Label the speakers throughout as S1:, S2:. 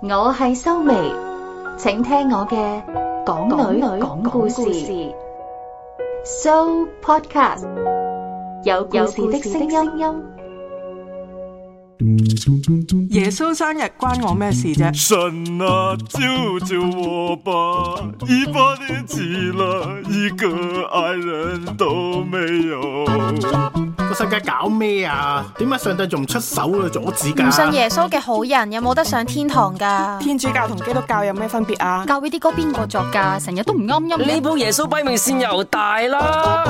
S1: 我係修眉，請聽我嘅港女講故事 So Podcast 有故事的聲音。
S2: 耶穌生日關我咩事啫？
S3: 神啊，救救我吧！一八年级了，一个爱人都没有。
S4: 個世界搞咩啊？點解上帝仲唔出手去阻止㗎？
S5: 唔信耶穌嘅好人有冇得上天堂噶？
S2: 天主教同基督教有咩分別啊？
S5: 教會啲歌邊個作噶？成日都唔啱音
S6: 呢
S5: 嘅。
S6: 煲耶穌擺明線又大啦！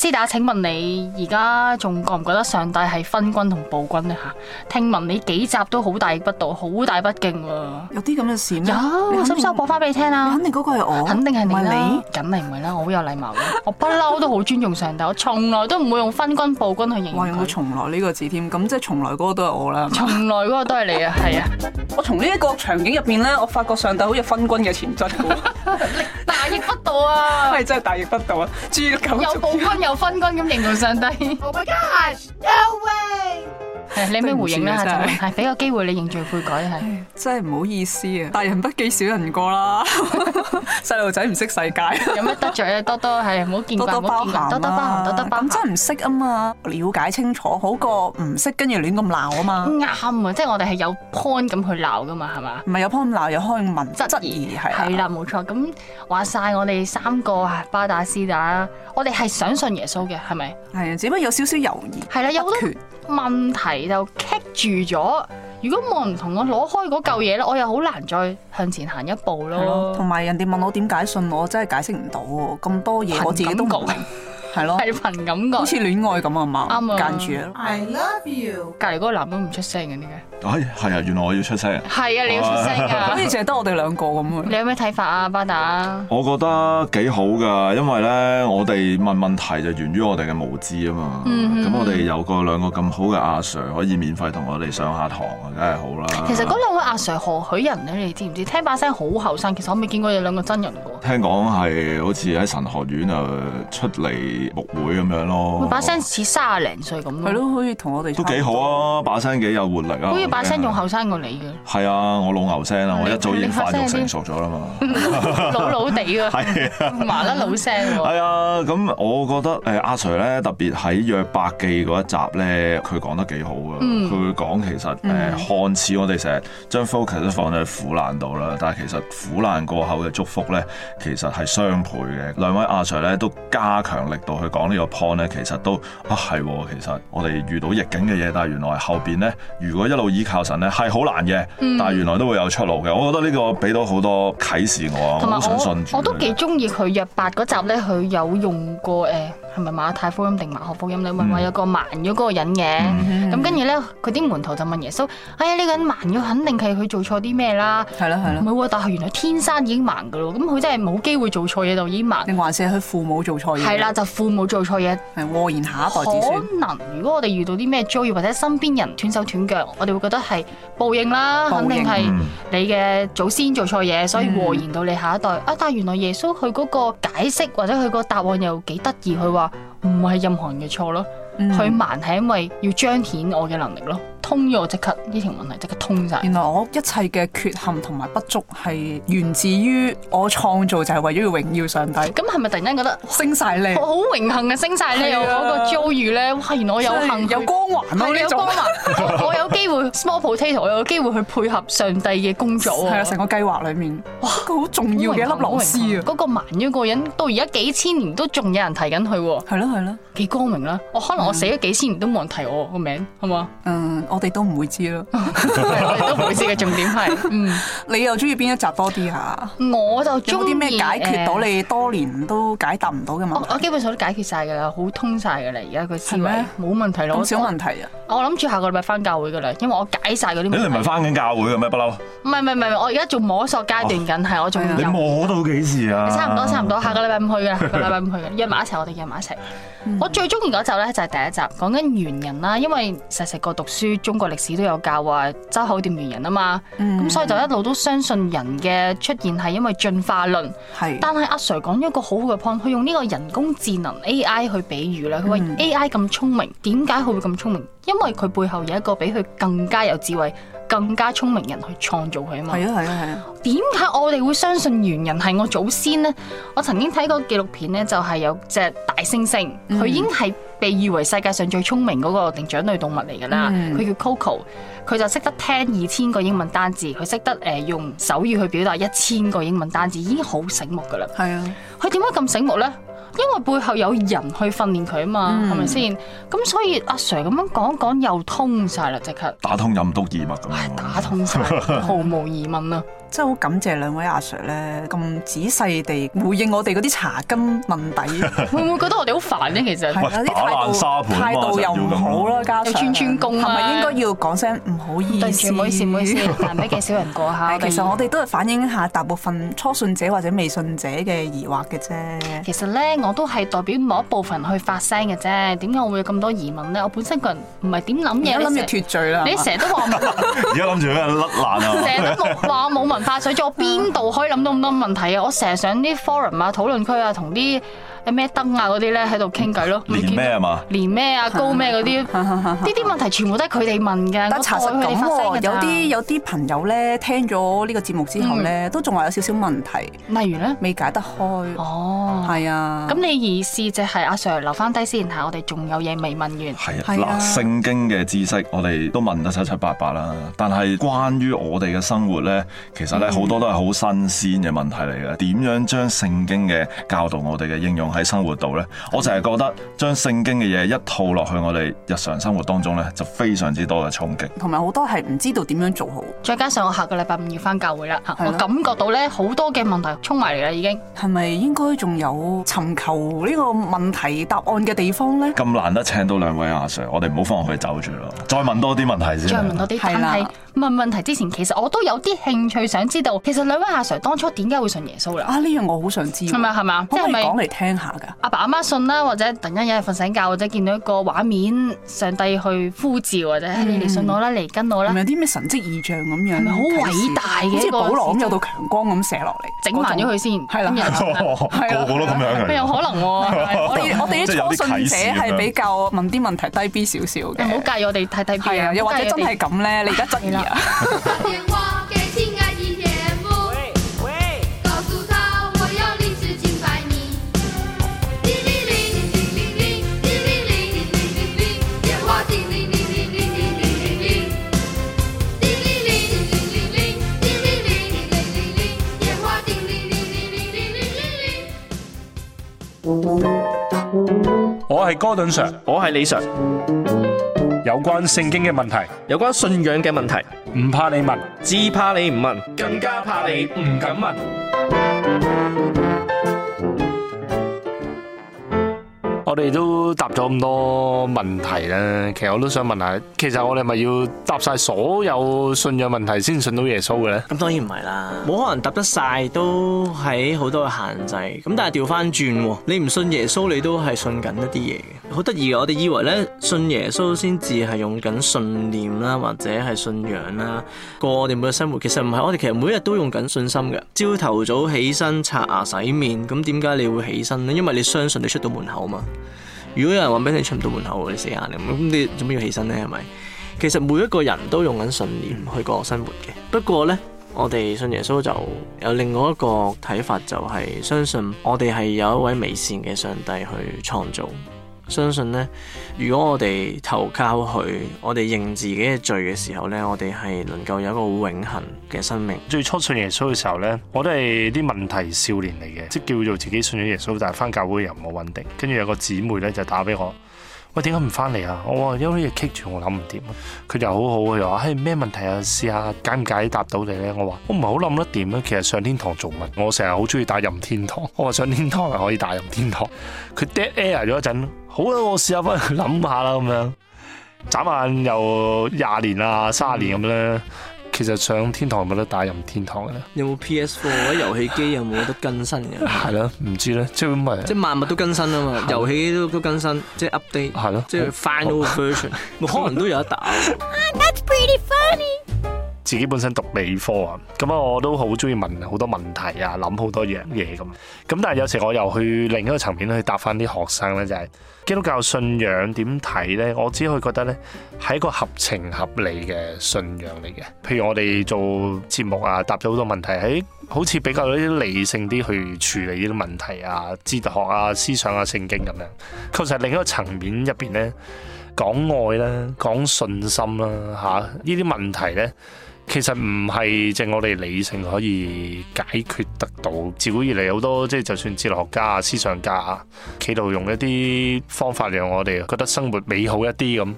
S5: 師打，請問你而家仲覺唔覺得上帝係分軍同暴君呢？吓？聽聞你幾集都好大不道，好大不敬喎。
S2: 有啲咁嘅事咩？
S5: 有，我
S2: 你
S5: 使唔使我播翻俾你聽啊？
S2: 肯定嗰個係我，
S5: 肯定係你
S2: 唔係
S5: 啦
S2: 你。，
S5: 梗係唔係啦，我好有 禮貌嘅，我不嬲都好尊重上帝，我從來都唔會用分軍暴君去形
S2: 哇！
S5: 容
S2: 有冇
S5: 佢。
S2: 從來呢個字添？咁即係從來嗰個都係我啦。
S5: 從來嗰個都係你啊， 係啊，
S7: 我從呢一個場景入邊咧，我發覺上帝好似分軍嘅潛質喎，
S5: 大逆不道啊！
S7: 係真係大逆不道啊！豬狗
S5: 又暴君又分軍咁形 容上帝。Oh my gosh! No way！係你有咩回應
S2: 對
S5: 咧？
S2: 唔住啊
S5: 就
S2: 真係
S5: 係俾個機會你認罪悔改係。
S2: 真係唔好意思啊！大人不記小人過 啦，細路仔唔識世界，
S5: 有咩得罪咧？多多係唔好見
S2: 多
S5: 怪，
S2: 多
S5: 唔好
S2: 包
S5: 見
S2: 涵啊
S5: 怪，多多包涵，多多包涵。
S2: 咁真係唔識啊嘛，了解清楚好過唔識跟住亂咁鬧啊嘛。
S5: 啱啊！即係我哋係有 point 咁去鬧噶嘛，係嘛？
S2: 唔係有幫咁鬧，有開問質疑係啊
S5: 係啦，冇錯。咁話晒我哋三個啊，巴打斯打，我哋係想信耶穌嘅，係咪？
S2: 係啊，只不過有少少猶豫。
S5: 係啦，有好
S2: 不
S5: 多
S2: 決
S5: 問題就棘住咗。如果冇人同我攞開嗰嚿嘢咧，我又好難再向前行一步
S2: 係咯，同
S5: 咯。
S2: 埋人哋問我點解信我，真係解釋唔到喎，咁多嘢我自己都唔
S5: 憑感
S2: 明，係咯，
S5: 係憑感
S2: 好
S5: 覺。
S2: 似戀愛咁啊嘛，
S5: 啱啊
S2: 間住咯，
S5: 隔離嗰個男人唔出聲嘅，點解？
S3: 哎，係啊，原來我要出聲啊！
S5: 係啊，你要出 聲
S2: 好似
S5: 㗎。
S2: 淨係得我哋兩個咁
S5: 你
S2: 啊，
S5: 有咩睇法啊，巴打？
S3: 我覺得幾好噶，因為咧，我哋問問題就源於我哋嘅無知啊嘛。咁、
S5: 嗯嗯
S3: 我哋有個兩個咁好嘅阿 Sir 可以免費同我哋上下堂啊，梗係好啦。
S5: 其實嗰兩位阿 Sir 何許人咧？你哋知唔知？聽把聲好後生，其實我未見過你兩個真人嘅喎。
S3: 聽講係好似喺神學院啊出嚟牧會咁樣咯
S5: 佢，把聲似卅零歲咁
S2: 係
S5: 咯，
S2: 咯，好似同我哋
S3: 都幾好啊，把聲幾有活力啊。
S5: 好似把聲
S3: 我
S5: 仲
S3: 覺得
S5: 後生過你嘅。
S3: 係啊，我老牛聲啦，我
S5: 你
S3: 一早已經
S5: 你發
S3: 發
S5: 聲
S3: 育
S5: 有啲
S3: 成熟咗啦嘛。
S5: 老老地嘅，
S3: 係啊。
S5: 麻甩佬聲喎。
S3: 係啊，咁我覺得誒阿 Sir 咧，特別喺約伯記嗰一集咧，佢講得幾好啊。佢
S5: 嗯
S3: 會講其實誒、看似我哋成日將 focus 都放喺苦難度啦，但係其實苦難過後嘅祝福咧，其實係雙倍嘅。兩位阿 Sir 咧都加強力度去講呢個 point 咧，其實都啊係喎，其實我哋遇到逆境嘅嘢，但係原來後邊咧，
S5: 嗯
S3: 如果一路依靠神咧係好難嘅，但係原來都會有出路嘅。我覺得呢個俾到好多啟示我啊，我
S5: 同埋
S3: 好想信主
S5: 我我都
S3: 嘅
S5: 幾中意佢約伯嗰集咧，佢有用過誒係咪馬太福音定馬可福音咧？咪話
S3: 嗯
S5: 有個盲咗嗰個人嘅，
S3: 嗯
S5: 咁跟住咧佢啲門徒就問耶穌：哎呀呢個人盲咗，肯定係佢做錯啲咩啦？
S2: 係啦係
S5: 唔
S2: 啦，
S5: 係喎，但係原來天生已經盲噶咯，咁佢真係冇機會做錯嘢就已經盲。
S2: 定還是係佢父母做錯嘢？
S5: 嗯係啦，，就啊父母做錯嘢，
S2: 係禍延下一代子孫。
S5: 可能如果我哋遇到啲咩遭遇或者身邊人斷手斷腳，我哋會覺得係報應啦，
S2: 報應
S5: 肯定係
S3: 嗯
S5: 你嘅祖先做錯嘢，所以
S2: 嗯
S5: 禍延到你下一代。啊，但係原來耶穌佢嗰個解釋或者佢個答案又幾得意，佢話唔係任何人嘅錯咯，
S2: 嗯
S5: 佢盲係因為要彰顯我嘅能力咯，通咗我即刻呢條問題即刻通晒。
S2: 原來我一切嘅缺陷同埋不足係源自於我創造就係為咗要榮耀上帝，
S5: 咁係咪突然間覺得
S2: 升晒靚
S5: 我，好榮幸啊，升晒
S2: 嗯
S5: 呢
S2: 係
S5: 有
S2: 啊
S5: 嗰個遭遇咧，哇！原來我有
S2: 真係
S5: 幸
S2: 有
S5: 去
S2: 光環咯
S5: 係
S2: 呢
S5: 有
S2: 種
S5: 光。環，我我有機會 small potato，我有機會去配合上帝嘅工作喎。
S2: 係啊，成個計劃裡面，哇，一個好重要嘅一粒螺絲啊！
S5: 嗰個盲咗個人，到而家幾千年都仲有人提緊佢喎，
S2: 係咯係咯，
S5: 幾光榮啦！我可能我死咗幾千年都冇人提我個名，係嘛？
S2: 嗯，我哋都唔會知咯。
S5: 係我哋都唔會知嘅重點係，嗯，
S2: 你又中意邊一集多啲嚇？
S5: 我就
S2: 有
S5: 中
S2: 冇
S5: 意
S2: 啲咩解決到
S5: 誒
S2: 你多年都解答唔到嘅
S5: 我
S2: 問
S5: 我
S2: 題？
S5: 基本上都解決晒㗎啦，好通晒㗎啦，而家個思
S2: 係
S5: 維
S2: 咩
S5: 冇問題咯。
S2: 咁
S5: 我
S2: 少問題啊！
S5: 我諗住下個禮拜翻教會㗎啦，因為我解晒嗰啲問
S3: 你
S5: 題。
S3: 哋唔係翻緊教會嘅咩？不嬲，
S5: 唔係唔啊係唔係，我而家仲摸索階段緊，係我仲
S2: 係啊
S3: 你
S5: 有。
S3: 摸到幾時啊？
S5: 差唔多差唔多，下個禮拜五去 嘅，下個禮拜五去嘅，約埋一齊，我哋
S3: 嗯
S5: 約埋一齊。我最中意嗰集咧就係第一集，講緊猿人啦，因為細細個讀書遭中國歷史都有教話周口店猿人啊嘛，咁、
S3: 嗯
S2: 嗯
S5: 所以就一路都相信人嘅出現係因為進化論。
S2: 係
S5: 但係阿 Sir 講咗一個好好嘅 point，佢用呢個人工智能 AI 去比喻咧，佢話
S3: 嗯
S5: AI 咁聰明，點解佢會咁聰明？因為佢背後有一個比佢更加有智慧、更加聰明人去創造佢啊嘛。
S2: 係啊係啊係啊，
S5: 點解我哋會相信猿人係我祖先呢？我曾經睇過紀錄片呢，就係有隻大猩猩，佢、已經係被譽為世界上最聰明嗰個靈長類動物嚟㗎啦。
S2: 嗯
S5: 佢、叫 Coco，佢就識得聽二千個英文單字，佢識得誒、呃用手語去表達一千個英文單字，已經好醒目㗎啦。
S2: 係啊，
S5: 佢點解咁醒目呢？因為背後有人去訓練佢啊嘛，係咪先？咁所以阿 Sir 咁樣講一講又通晒啦，即刻
S3: 打通任督二脈咁樣。
S5: 打通晒，毫無疑問啊啦。
S2: 真係好感謝兩位阿 Sir 咧，咁仔細地回應我哋嗰啲查根問 底，
S5: 會唔會覺得我哋好煩呢？其實
S2: 係啦，啲
S3: 打爛沙
S2: 態度
S3: 盤嘛
S2: 態度又唔好啦，加上
S5: 又穿穿工
S2: 係
S5: 啦
S2: 咪應該要講聲唔好意思？
S5: 啊對唔住，唔好意思，唔好意思，難俾嘅少人 過下。
S2: 係，其實我
S5: 哋
S2: 哋都係反映一下大部分初信者或者未信者嘅疑惑嘅啫。
S5: 其實咧，我都係代表某一部分去發聲嘅啫。點解我會有咁多疑問咧？我本身個人唔係點諗嘢，
S2: 而家諗住
S5: 你成
S2: 脱罪啦，
S5: 你成日都話我冇
S3: 而家諗住俾人甩爛
S5: 成
S3: 啊！
S5: 日都話我冇文化水準，我邊度可以諗到咁多問題啊？我成日上啲 forum 啊、討論區啊，同啲咩燈啊嗰啲咧喺度傾偈咯。
S3: 連咩啊嘛？
S5: 連咩 啊？高咩嗰啲？呢啲問題全部都係佢哋問嘅，
S2: 但
S5: 我
S2: 查實
S5: 代佢
S2: 咁
S5: 哋發聲
S2: 喎，
S5: 㗎
S2: 有
S5: 咋
S2: 啲有啲朋友咧聽咗呢個節目之後咧，都仲話有少少問題
S5: 例如咧，
S2: 未解得開，
S5: 嗯哦。
S2: 係啊。
S5: 咁你意思即係阿 Sir 留翻低先嚇，我哋仲有嘢未問完。
S3: 係啊，
S2: 係啊
S3: 嗱，聖經嘅知識我哋都問得七七八八啦，但係關於我哋嘅生活呢，其實
S5: 嗯
S3: 呢好多都係好新鮮嘅問題嚟嘅。點樣將聖經嘅教導我哋嘅應用喺生活度呢？我就係覺得將聖經嘅嘢一套落去我哋日常生活當中呢，就非常之多嘅衝擊。
S2: 同埋好多係唔知道點樣做好，
S5: 再加上我下個禮拜五要翻教會啦，嚇
S2: 係咯
S5: 我感覺到咧好多嘅問題衝埋嚟啦，已經
S2: 係咪應該仲有尋求呢個問題答案嘅地方呢？
S3: 咁難得請到兩位阿 Sir，我哋唔好放佢走住咯，再問多啲問題
S5: 再
S3: 先啊
S5: 問
S3: 啦。
S5: 多啲。
S2: 係
S5: 但
S2: 啦
S5: 係問問題之前，其實我都有啲興趣想知道，其實兩位阿 Sir 當初點解會信耶穌啦？
S2: 啊，呢樣我好想知喎，
S5: 係咪係咪啊
S2: 可唔可以
S5: 即係咪
S2: 講嚟聽下㗎？
S5: 阿爸阿媽信啦，或者突然間有人瞓醒覺，或者見到一個畫面，上帝去呼召，或者哎
S2: 嗯
S5: 你嚟信我啦，嚟跟我
S2: 係
S5: 啦
S2: 咪，有啲咩神蹟異象咁樣？
S5: 係咪好
S2: 啟示
S5: 偉大嘅
S2: 好
S5: 一
S2: 似
S5: 個
S2: 保羅咁
S5: 事蹟
S2: 有道強光咁射落嚟，
S5: 整埋
S2: 嗰
S5: 咗佢
S2: 種。
S5: 先。
S2: 係啦
S5: 咁然 後
S2: 係啊
S3: 個個都咁樣
S5: 佢有
S3: 嘅。
S5: 可能喎，
S2: 我哋我哋
S3: 即係有
S2: 啲
S3: 啲
S2: 初信
S3: 啟
S2: 者
S3: 示咁樣
S2: 係比較問啲問題低 B 少少
S5: 唔好
S2: 嘅，
S5: 介意我哋睇
S2: 係
S5: 睇邊
S2: 啊，又或者真係
S5: 係
S2: 咁咧，你而家質疑啊？
S8: 打电话给亲爱的天父，告诉他我要立志敬拜你。叮铃铃，叮铃铃，叮铃铃，叮铃铃，电话叮铃铃，叮铃铃，叮铃铃，叮铃铃，叮铃铃，叮铃铃，叮铃铃，电话叮铃铃，叮铃铃，铃铃铃。
S9: 我係 Gordon Sir，
S6: 我係李 Sir，
S9: 有關聖經嘅問題，
S6: 有關信仰嘅問題，
S9: 唔怕你問。
S6: 只怕你唔問，更加怕你唔敢問。
S9: 我哋都答咗咁多問題啦，其實我都想問下，其實我哋咪要答晒所有信仰問題先信到耶穌嘅咧？
S10: 咁當然唔係啦，冇可能揼得晒，都喺好多嘅限制。咁但係調翻轉喎，你唔信耶穌，你都係信緊一啲嘢嘅。好得意嘅，啊我哋以為咧信耶穌先至係用緊信念啦，或者係信仰啦，過我哋每日生活。其實唔係，我哋其實每日都用緊信心嘅。朝頭早起身刷牙洗面，咁點解你會起身呢？因為你相信你出到門口嘛。如果有人話俾你出唔到門口，你死硬你咁，你做咩要起身呢？係咪？其實每一個人都用緊信念去過生活嘅。不過呢，我哋信耶穌就有另外一個睇法，就係相信我哋係有一位美善嘅上帝去創造。相信呢，如果我哋投靠佢，我哋認自己嘅罪嘅時候呢，我哋係能夠有一個好永恆嘅生命。
S9: 最初信耶穌嘅時候呢，我都係啲問題少年嚟嘅，即係叫做自己信咗耶穌，但係翻教會又唔好穩定。跟住有個姊妹呢，就打俾我，喂，點解唔翻嚟啊？我話有啲嘢棘住我諗唔掂。啊佢就好好，佢話：，唉，咩問題啊？試下解唔解答到你呢？我話：我唔係好諗得掂啊。其實上天堂做乜？我成日好中意打任天堂。 我話上天堂係可以打任天堂。佢 dead air 咗一陣，好啦，我試下翻去諗下啦，咁樣。眨眼又廿年啦，卅年咁
S10: 嗯
S9: 咧。其實上天堂有冇得打任天堂嘅咧？
S10: 有冇 PS4 或者遊戲機有冇得更新嘅？
S9: 係咯，唔知咧，即係咪？
S10: 即係萬物都更新啊嘛，遊戲都都更新，即係 update，
S9: 係咯
S10: 即係 final version，可能都有得打。
S9: 自己本身讀理科啊，咁啊我都好中意問好多問題啊，諗好多嘢嘢咁。咁但係有時我又去另一個層面去答翻啲學生咧，就係、基督教信仰點睇咧？我只會覺得咧係一個合情合理嘅信仰嚟嘅。譬如我哋做節目啊，答咗好多問題，喺好似比較啲理性啲去處理呢啲問題啊，哲學啊、思想啊、聖經咁樣。確實係另一個層面入邊咧，講愛啦、講信心啦、吓呢啲問題咧。其實唔係淨我哋理性可以解決得到，自古以嚟好多即係就算哲學家啊、思想家啊，企圖用一啲方法讓我哋覺得生活美好一啲咁，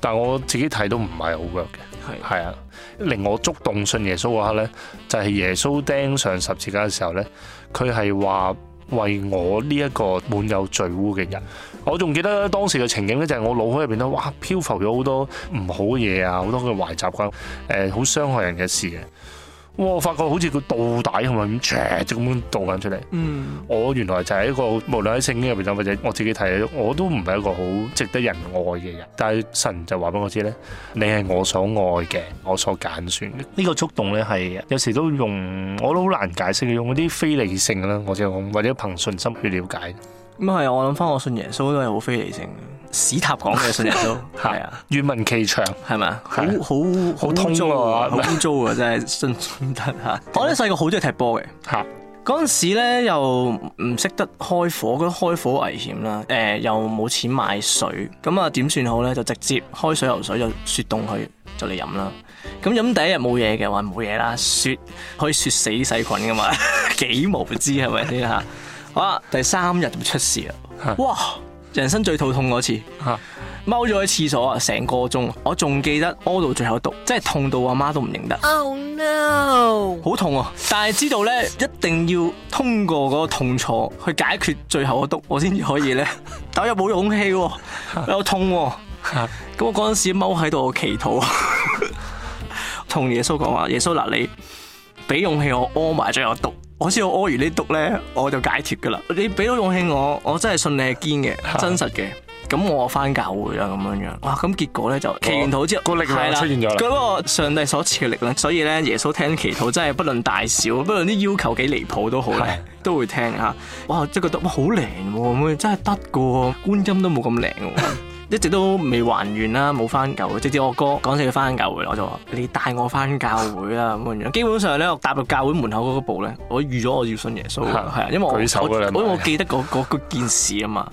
S9: 但我自己睇都唔係好 work 嘅，
S10: 係
S9: 係啊，令我觸動信耶穌嗰刻呢，就係、耶穌釘上十字架嘅時候呢，佢係話為我呢一個滿有罪污嘅人。我仲記得當時嘅情景呢，就係我腦海入邊咧，哇漂浮咗好多唔好嘅嘢啊，好多嘅壞習慣。誒呃好傷害人嘅事嘅。哇！我發覺好似個倒帶係咪咁斜咁樣倒緊出嚟？
S10: 嗯，
S9: 我原來就係一個無論喺聖經入邊或者我自己睇，我都唔係一個好值得人愛嘅人。但係神就話俾我知咧，你係我所愛嘅，我所揀選嘅。呢、個觸動咧係有時都用我都好難解釋嘅，用嗰啲非理性啦，我就講或者憑信心去了解。
S10: 咁係我諗翻我信耶穌都係好非理性嘅，史塔講嘅信耶 穌係啊。
S9: 願聞其詳。
S10: 係咪啊？好
S9: 係
S10: 好
S9: 好通
S10: 污糟
S9: 啊
S10: 好污糟啊！真係信唔得嚇。 我咧細個好中意踢波嘅，
S9: 嚇
S10: 嗰陣時咧又唔識得開火，覺得開火危險啦。誒、又冇錢買水，咁啊點算好咧？就直接開水喉水就雪凍佢，就嚟飲啦。咁飲第一日冇嘢嘅，話冇嘢啦，雪可以雪死細菌噶嘛， 幾無知係咪先嚇？好啦，第三日就出事啦
S9: 嚇！
S10: 哇，人生最肚痛嗰次。
S9: 嚇
S10: 踎咗喺廁所啊，成個鐘，我仲記得屙到最後毒，真係痛到阿媽都唔認得。Oh no！好痛啊！但係知道咧，一定要通過嗰個痛楚去解決最後個毒，我先至可以咧。但我又冇勇氣喎，又痛喎、咁我嗰陣時踎喺度祈禱，同耶穌講話：耶穌嗱，你俾勇氣我屙埋最後毒。我知道我屙完呢毒咧，我就解脱噶啦。你俾到勇氣我，我真係信你係堅嘅、真實嘅。咁我翻教會啦，咁樣樣。哇！咁結果咧就祈完禱之後，
S9: 個力量
S10: 係啦
S9: 出現咗啦
S10: 嗰個上帝所賜嘅力量，所以咧耶穌聽祈禱真係不論大小，不論啲要求幾離譜都好咧，都會聽嚇。哇！即係覺得哇好靈喎，咁樣真係得嘅喎，觀音都冇咁靈 喎。一直都未還願啦，冇翻教會。直至我哥講起佢翻教會啦，我就話：你帶我翻教會啦咁樣樣。基本上咧，我踏入教會門口嗰步咧，我預咗我要信耶穌㗎，
S9: 嚇
S10: 係啊，因為我
S9: 舉手㗎啦
S10: 我我我記得嗰嗰嗰件事啊嘛。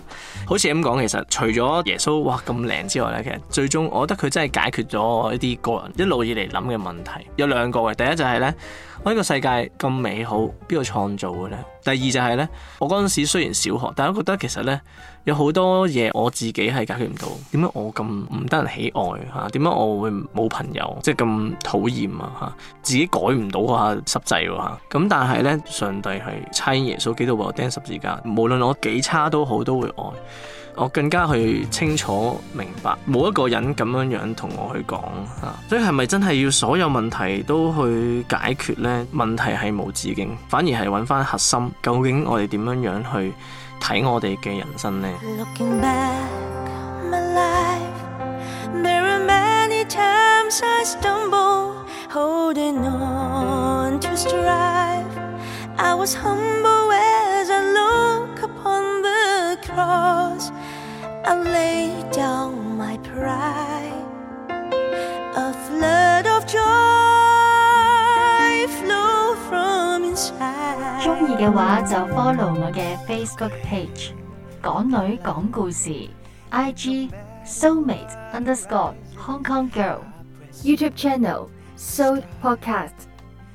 S10: 好似咁講，其實除咗耶穌哇咁靚之外咧，其實最終我覺得佢真係解決咗我一啲個人一路以嚟諗嘅問題。有兩個嘅，第一就係咧，我呢個世界咁美好，邊個創造嘅咧？第二就係咧，我嗰陣時雖然小學，但係我覺得其實咧。有好多嘢我自己係解決唔到，點解我咁唔得人喜愛啊嚇？點解我會冇朋友，即係咁討厭啊嚇？自己改唔到啊濕滯喎嚇。咁但係咧，上帝係差遣耶穌基督為我釘十字架，無論我幾差都好，都會愛。我更加去清楚明白，冇一個人咁樣樣同我去講嚇，所以係咪真係要所有問題都去解決呢？問題係無止境，反而係揾翻核心，究竟我哋點樣樣去睇我哋嘅人生呢？
S11: Looking back my life, there are many times I stumble, holding on to strive. I was humble as I look upon the cross. I laid down my pride. A flood of joy flowed from inside.
S1: 中意嘅話就 follow 我嘅 Facebook page 港女講故事，IG soulmate underscore Hong Kong Girl，YouTube channel Soul Podcast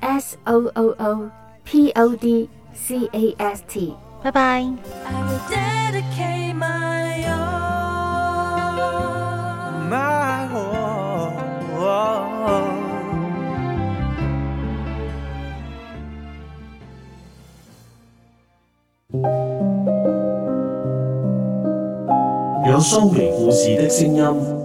S1: S O O O P O D C A S T，拜拜。
S11: I will dedicate my all.
S6: My whole.
S12: Có show về 故事的声音